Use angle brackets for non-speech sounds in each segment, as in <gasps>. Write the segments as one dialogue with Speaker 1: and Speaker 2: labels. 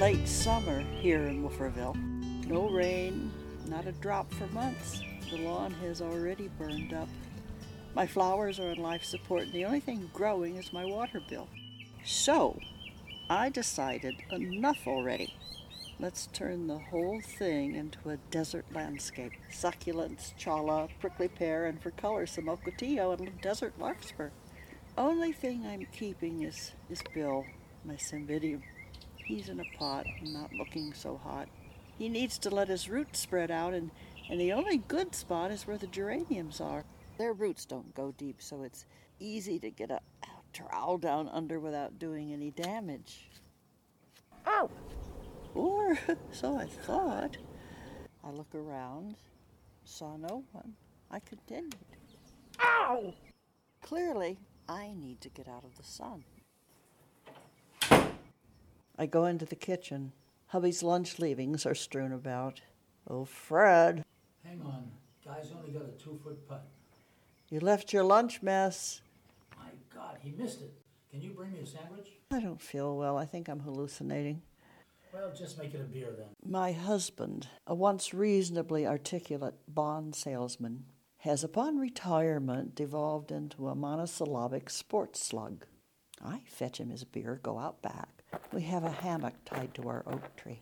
Speaker 1: late summer here in Wolferville. No rain, not a drop for months. The lawn has already burned up. My flowers are on life support, and the only thing growing is my water bill. So, I decided enough already. Let's turn the whole thing into a desert landscape. Succulents, chala, prickly pear, and for color, some ocotillo and desert larkspur. Only thing I'm keeping is, is Bill, my cymbidium. He's in a pot and not looking so hot. He needs to let his roots spread out, and, and the only good spot is where the geraniums are. Their roots don't go deep, so it's easy to get a trowel down under without doing any damage.
Speaker 2: Ow!
Speaker 1: Or <laughs> so I thought. I look around, saw no one. I continued.
Speaker 2: Ow!
Speaker 1: Clearly, I need to get out of the sun. I go into the kitchen. Hubby's lunch leavings are strewn about. Oh, Fred,
Speaker 3: Hang on, guy's only got a two foot putt.
Speaker 1: you left your lunch mess.
Speaker 3: My God, he missed it. Can you bring me a sandwich?
Speaker 1: I don't feel well. I think I'm hallucinating.
Speaker 3: Well, just make it a beer then.
Speaker 1: My husband, a once reasonably articulate bond salesman, has upon retirement devolved into a monosyllabic sports slug. I fetch him his beer, go out back. We have a hammock tied to our oak tree.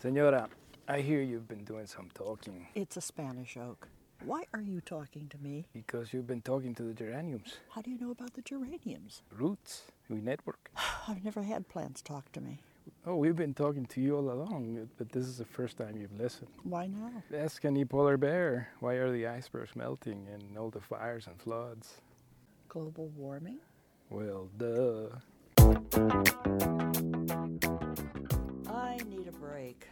Speaker 4: Senora, I hear you've been doing some talking
Speaker 1: It's a Spanish oak. Why are you talking to me?
Speaker 4: because you've been talking to the geraniums.
Speaker 1: How do you know about the geraniums?
Speaker 4: Roots, we network.
Speaker 1: I've never had plants talk to me.
Speaker 4: Oh, we've been talking to you all along, but this is the first time you've listened.
Speaker 1: Why now?
Speaker 4: Ask any polar bear why are the icebergs melting and all the fires and floods?
Speaker 1: Global warming?
Speaker 4: Well, duh.
Speaker 1: I need a break.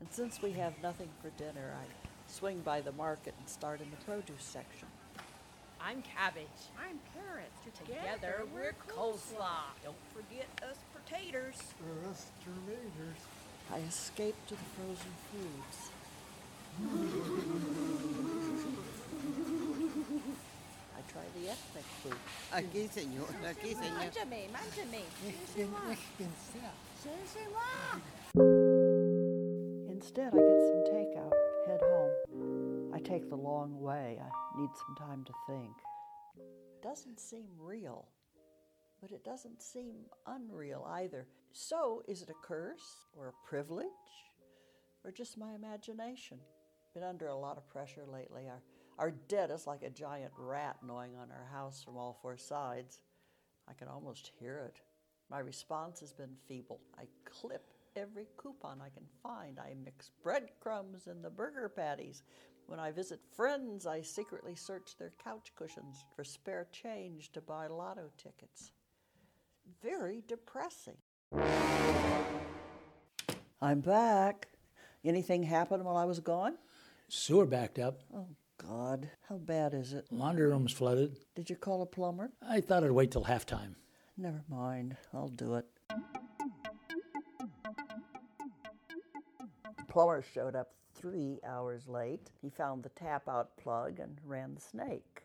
Speaker 1: And since we have nothing for dinner, I swing by the market and start in the produce section.
Speaker 5: I'm cabbage.
Speaker 2: I'm carrots.
Speaker 5: Together we're coleslaw. Don't forget us potatoes.
Speaker 1: I escape to the frozen foods. I try the ethnic food.
Speaker 6: Aquí, señor, aquí, señor.
Speaker 5: Mándame, mándame.
Speaker 1: Instead, I get some takeout, head home. I take the long way. I need some time to think. Doesn't seem real, but it doesn't seem unreal either. So, is it a curse or a privilege or just my imagination? Been under a lot of pressure lately. Our, our debt is like a giant rat gnawing on our house from all four sides. I can almost hear it. My response has been feeble. I clip every coupon I can find. I mix breadcrumbs in the burger patties. When I visit friends, I secretly search their couch cushions for spare change to buy lotto tickets. Very depressing. I'm back. Anything happened while I was gone?
Speaker 3: Sewer backed up,
Speaker 1: Oh, God. How bad is it?
Speaker 3: laundry room's flooded.
Speaker 1: Did you call a plumber?
Speaker 3: I thought I'd wait till halftime.
Speaker 1: Never mind. I'll do it. Plumber showed up three hours late. He found the tap out plug and ran the snake.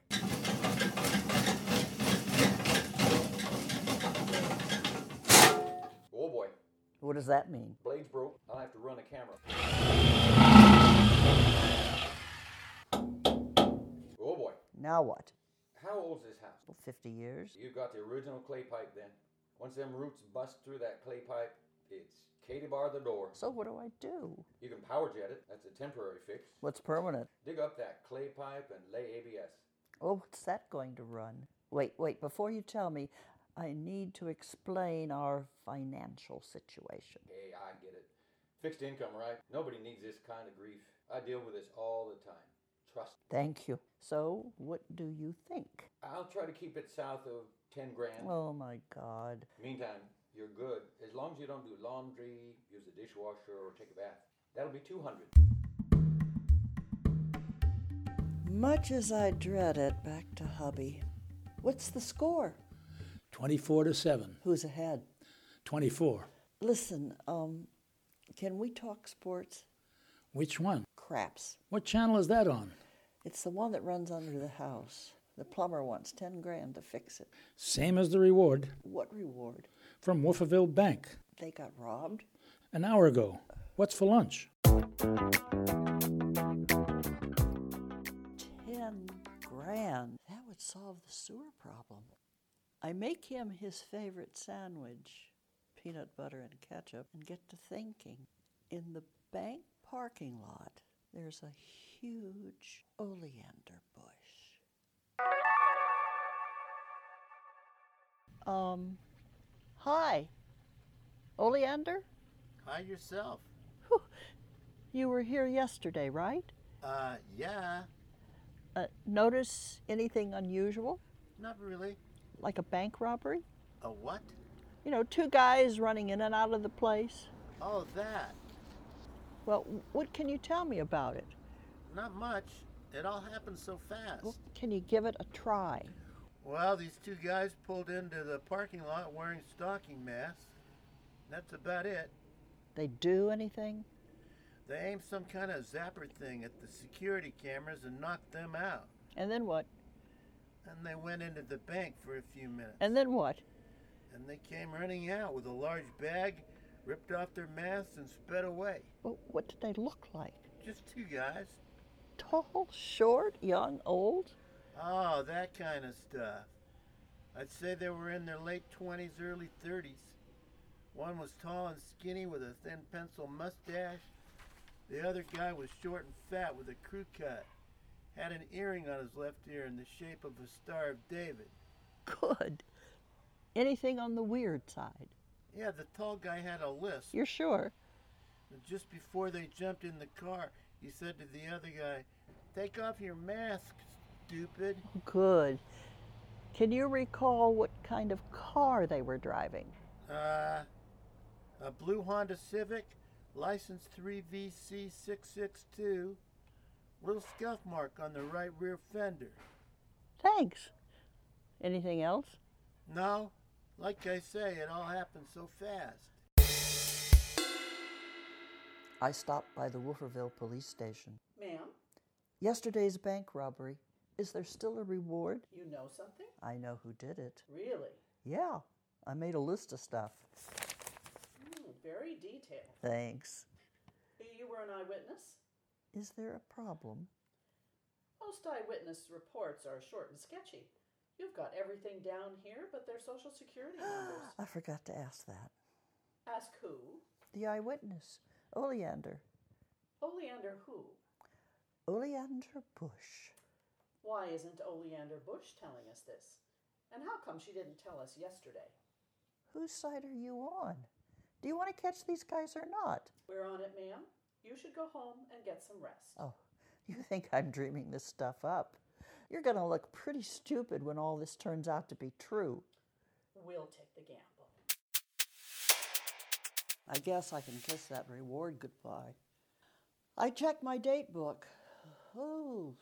Speaker 7: Oh boy,
Speaker 1: What does that mean?
Speaker 7: blades broke. I'll have to run a camera. Oh boy,
Speaker 1: Now what?
Speaker 7: how old's this house?
Speaker 1: 50 years?
Speaker 7: You got the original clay pipe then. Once them roots bust through that clay pipe, it's Katie bar the door.
Speaker 1: So what do I do?
Speaker 7: You can power jet it. That's a temporary fix.
Speaker 1: What's permanent?
Speaker 7: Dig up that clay pipe and lay ABS.
Speaker 1: Oh, what's that going to run? Wait, wait, before you tell me, I need to explain our financial situation.
Speaker 7: Hey, I get it. Fixed income, right? Nobody needs this kind of grief. I deal with this all the time. Trust. me.
Speaker 1: Thank you. So, what do you think?
Speaker 7: I'll try to keep it south of 10 grand.
Speaker 1: Oh my God.
Speaker 7: Meantime, you're good. As long as you don't do laundry, use the dishwasher, or take a bath. That'll be 200.
Speaker 1: Much as I dread it, back to hubby. What's the score?
Speaker 3: 24 to 7.
Speaker 1: Who's ahead?
Speaker 3: 24.
Speaker 1: Listen, um, can we talk sports?
Speaker 3: Which one?
Speaker 1: Craps.
Speaker 3: What channel is that on?
Speaker 1: It's the one that runs under the house. The plumber wants 10 grand to fix it.
Speaker 3: Same as the reward
Speaker 1: What reward?
Speaker 3: from Wolferville Bank.
Speaker 1: They got robbed.
Speaker 3: An hour ago. What's for lunch?
Speaker 1: Ten grand. That would solve the sewer problem. I make him his favorite sandwich, peanut butter and ketchup, and get to thinking. In the bank parking lot, there's a huge oleander bush. Um, hi, oleander?
Speaker 8: Hi yourself.
Speaker 1: Whew. You were here yesterday, right?
Speaker 8: Uh, yeah,
Speaker 1: Uh, notice anything unusual,
Speaker 8: not really.
Speaker 1: like a bank robbery?
Speaker 8: A what?
Speaker 1: You know, two guys running in and out of the place.
Speaker 8: Oh, that.
Speaker 1: Well, w- what can you tell me about it?
Speaker 8: Not much. It all happened so
Speaker 1: Uh,
Speaker 8: fast.
Speaker 1: Can you give it a try?
Speaker 8: Well, these two guys pulled into the parking lot wearing stocking masks. That's about it.
Speaker 1: They do anything?
Speaker 8: They aimed some kind of zapper thing at the security cameras and knocked them out.
Speaker 1: And then what?
Speaker 8: And they went into the bank for a few minutes.
Speaker 1: And then what?
Speaker 8: And they came running out with a large bag, ripped off their masks, and sped away.
Speaker 1: Well, what did they look like?
Speaker 8: Just two guys.
Speaker 1: Tall, short, young, old?
Speaker 8: Oh, that kind of stuff. I'd say they were in their late 20s, early 30s. One was tall and skinny with a thin pencil mustache. The other guy was short and fat with a crew cut. Had an earring on his left ear in the shape of a Star of David.
Speaker 1: Good. Anything on the weird side?
Speaker 8: Yeah, the tall guy had a lisp.
Speaker 1: You're sure?
Speaker 8: And just before they jumped in the car, he said to the other guy, Take off your mask, stupid.
Speaker 1: Good. Can you recall what kind of car they were driving?
Speaker 8: Uh, a blue Honda Civic, license 3VC662, little scuff mark on the right rear fender.
Speaker 1: Thanks. Anything else?
Speaker 8: No, like I say, it all happened so fast.
Speaker 1: I stopped by the Wolferville police station.
Speaker 9: Ma'am,
Speaker 1: Yesterday's bank robbery. Is there still a reward?
Speaker 9: you know something?
Speaker 1: I know who did it.
Speaker 9: Really?
Speaker 1: Yeah, I made a list of stuff.
Speaker 9: Hmm, very detailed.
Speaker 1: Thanks.
Speaker 9: You were an eyewitness?
Speaker 1: Is there a problem? <gasps>
Speaker 9: Most eyewitness reports are short and sketchy. You've got everything down here but their
Speaker 5: <gasps>
Speaker 9: social security numbers.
Speaker 1: I forgot to ask that.
Speaker 9: Ask who?
Speaker 1: The eyewitness, Oleander.
Speaker 9: Oleander who?
Speaker 1: Oleander Bush.
Speaker 9: Why isn't Oleander Bush telling us this? And how come she didn't tell us yesterday?
Speaker 1: Whose side are you on? Do you want to catch these guys or not?
Speaker 9: We're on it, ma'am. You should go home and get some rest.
Speaker 1: Oh, you think I'm dreaming this stuff up? You're going to look pretty stupid when all this turns out to be true.
Speaker 9: We'll take the gamble.
Speaker 1: I guess I can kiss that reward goodbye. I checked my date book. Oh,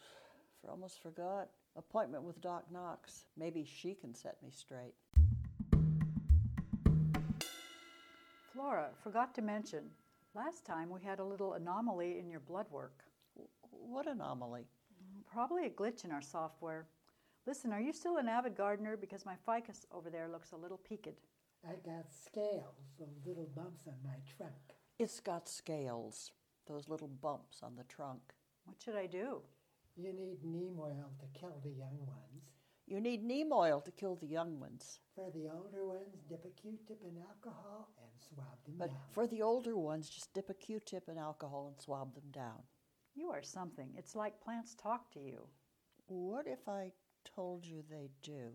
Speaker 1: for almost forgot. Appointment with Doc Knox. Maybe she can set me straight.
Speaker 10: Flora, forgot to mention, last time we had a little anomaly in your blood work.
Speaker 1: W- What anomaly?
Speaker 10: Probably a glitch in our software. Listen, are you still an avid gardener? Because my ficus over there looks a little peaked.
Speaker 11: I got scales, those little bumps on my trunk.
Speaker 1: It's got scales, those little bumps on the trunk.
Speaker 10: What should I do?
Speaker 11: You need neem oil to kill the young ones.
Speaker 1: You need neem oil to kill the young ones,
Speaker 11: For the older ones, dip a Q-tip in alcohol and swab them
Speaker 1: but
Speaker 11: down.
Speaker 1: for the older ones, just dip a q tip in alcohol and swab them down.
Speaker 10: You are something. It's like plants talk to you.
Speaker 1: What if I told you they do?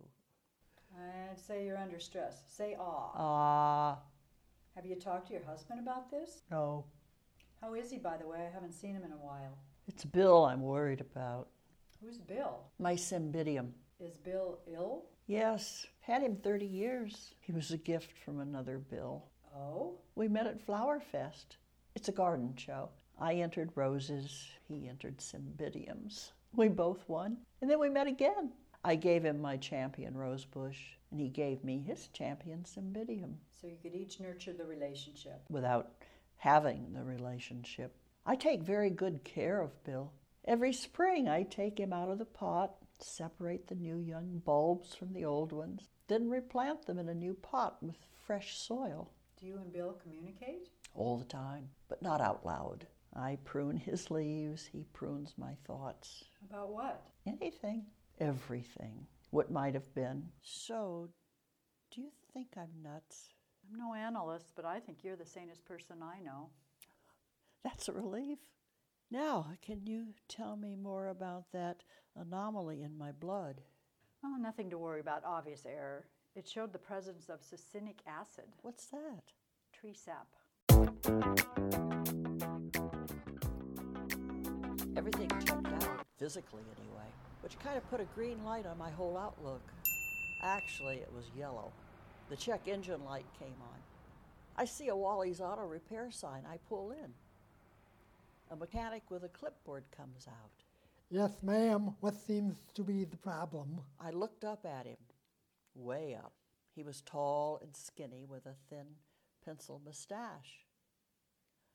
Speaker 10: And say you're under stress. Say ah.
Speaker 1: Ah,
Speaker 10: Have you talked to your husband about this?
Speaker 1: no.
Speaker 10: How is he, by the way? I haven't seen him in a while.
Speaker 1: It's Bill I'm worried about.
Speaker 10: Who's Bill?
Speaker 1: My cymbidium.
Speaker 10: Is Bill ill?
Speaker 1: Yes, had him 30 years. He was a gift from another Bill.
Speaker 10: Oh?
Speaker 1: We met at Flower Fest. It's a garden show. I entered roses, he entered cymbidiums. We both won, and then we met again. I gave him my champion rose bush, and he gave me his champion cymbidium
Speaker 10: So you could each nurture the relationship.
Speaker 1: without having the relationship. I take very good care of Bill. Every spring, I take him out of the pot, separate the new young bulbs from the old ones, then replant them in a new pot with fresh soil.
Speaker 10: Do you and Bill communicate?
Speaker 1: all the time, but not out loud. I prune his leaves, he prunes my thoughts.
Speaker 10: About what?
Speaker 1: Anything, everything, what might have been. So, do you think I'm nuts?
Speaker 10: I'm no analyst, but I think you're the sanest person I know.
Speaker 1: That's a relief. Now, can you tell me more about that anomaly in my blood?
Speaker 10: Oh, nothing to worry about, obvious error. It showed the presence of succinic acid.
Speaker 1: What's that?
Speaker 10: Tree sap.
Speaker 1: Everything checked out, physically anyway, which kind of put a green light on my whole outlook. Actually, it was yellow. The check engine light came on. I see a Wally's Auto Repair sign. I pull in. A mechanic with a clipboard comes out.
Speaker 11: Yes, ma'am. What seems to be the problem?
Speaker 1: I looked up at him, way up. He was tall and skinny with a thin pencil mustache.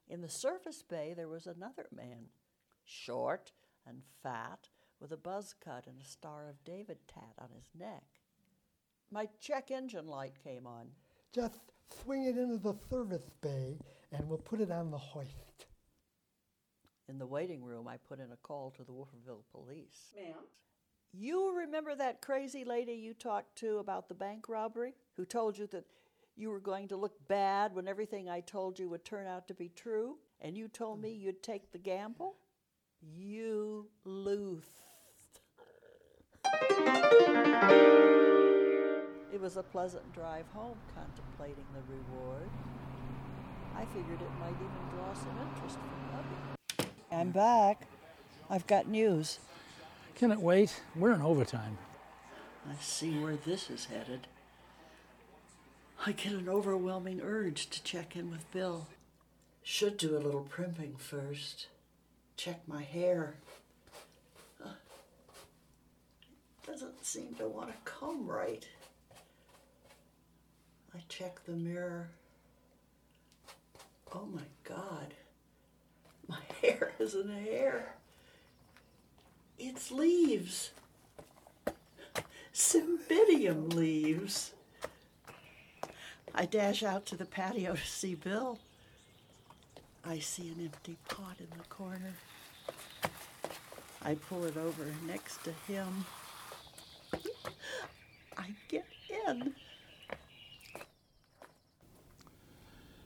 Speaker 1: In the surface bay, there was another man, short and fat, with a buzz cut and a Star of David tat on his neck. My check engine light came on.
Speaker 11: Just swing it into the service bay and we'll put it on the hoist.
Speaker 1: In the waiting room, I put in a call to the Wolferville police.
Speaker 9: Ma'am?
Speaker 1: You remember that crazy lady you talked to about the bank robbery who told you that you were going to look bad when everything I told you would turn out to be true? And you told me you'd take the gamble? You Luth. It was a pleasant drive home contemplating the reward. I figured it might even draw some interest from others. I'm back. I've got news.
Speaker 3: Can it wait? We're in overtime.
Speaker 1: I see where this is headed. I get an overwhelming urge to check in with Bill. Should do a little primping first. Check my hair. Uh, Doesn't seem to want to comb right. I check the mirror. Oh my god. My <laughs> hair isn't hair. It's leaves. Cymbidium leaves. I dash out to the patio to see Bill. I see an empty pot in the corner. I pull it over next to him. I get in.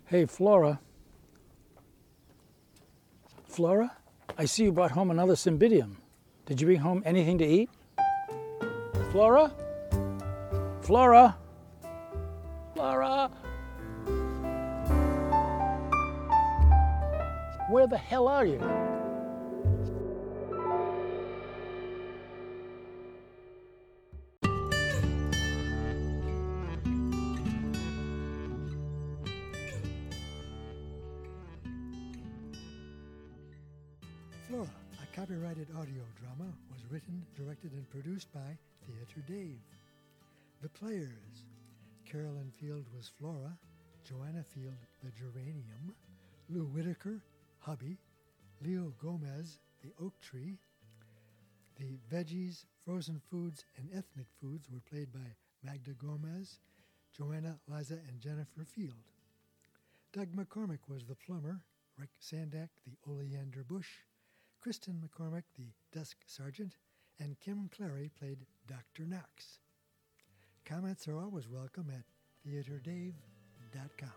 Speaker 3: Hey, Flora. Flora, I see you brought home another cymbidium. Did you bring home anything to eat? Flora? Flora? Flora? Where the hell are you?
Speaker 11: Flora, a copyrighted audio drama, was written, directed, and produced by Theatre Dave. The players Carolyn Field was Flora, Joanna Field, the geranium, Lou Whitaker, hubby, Leo Gomez, the oak tree. The veggies, frozen foods, and ethnic foods were played by Magda Gomez, Joanna, Liza, and Jennifer Field. Doug McCormick was the plumber, Rick Sandak, the oleander bush, Kristen McCormick, the desk sergeant, and Kim Clary played Dr. Knox. Comments are always welcome at theaterdave.com.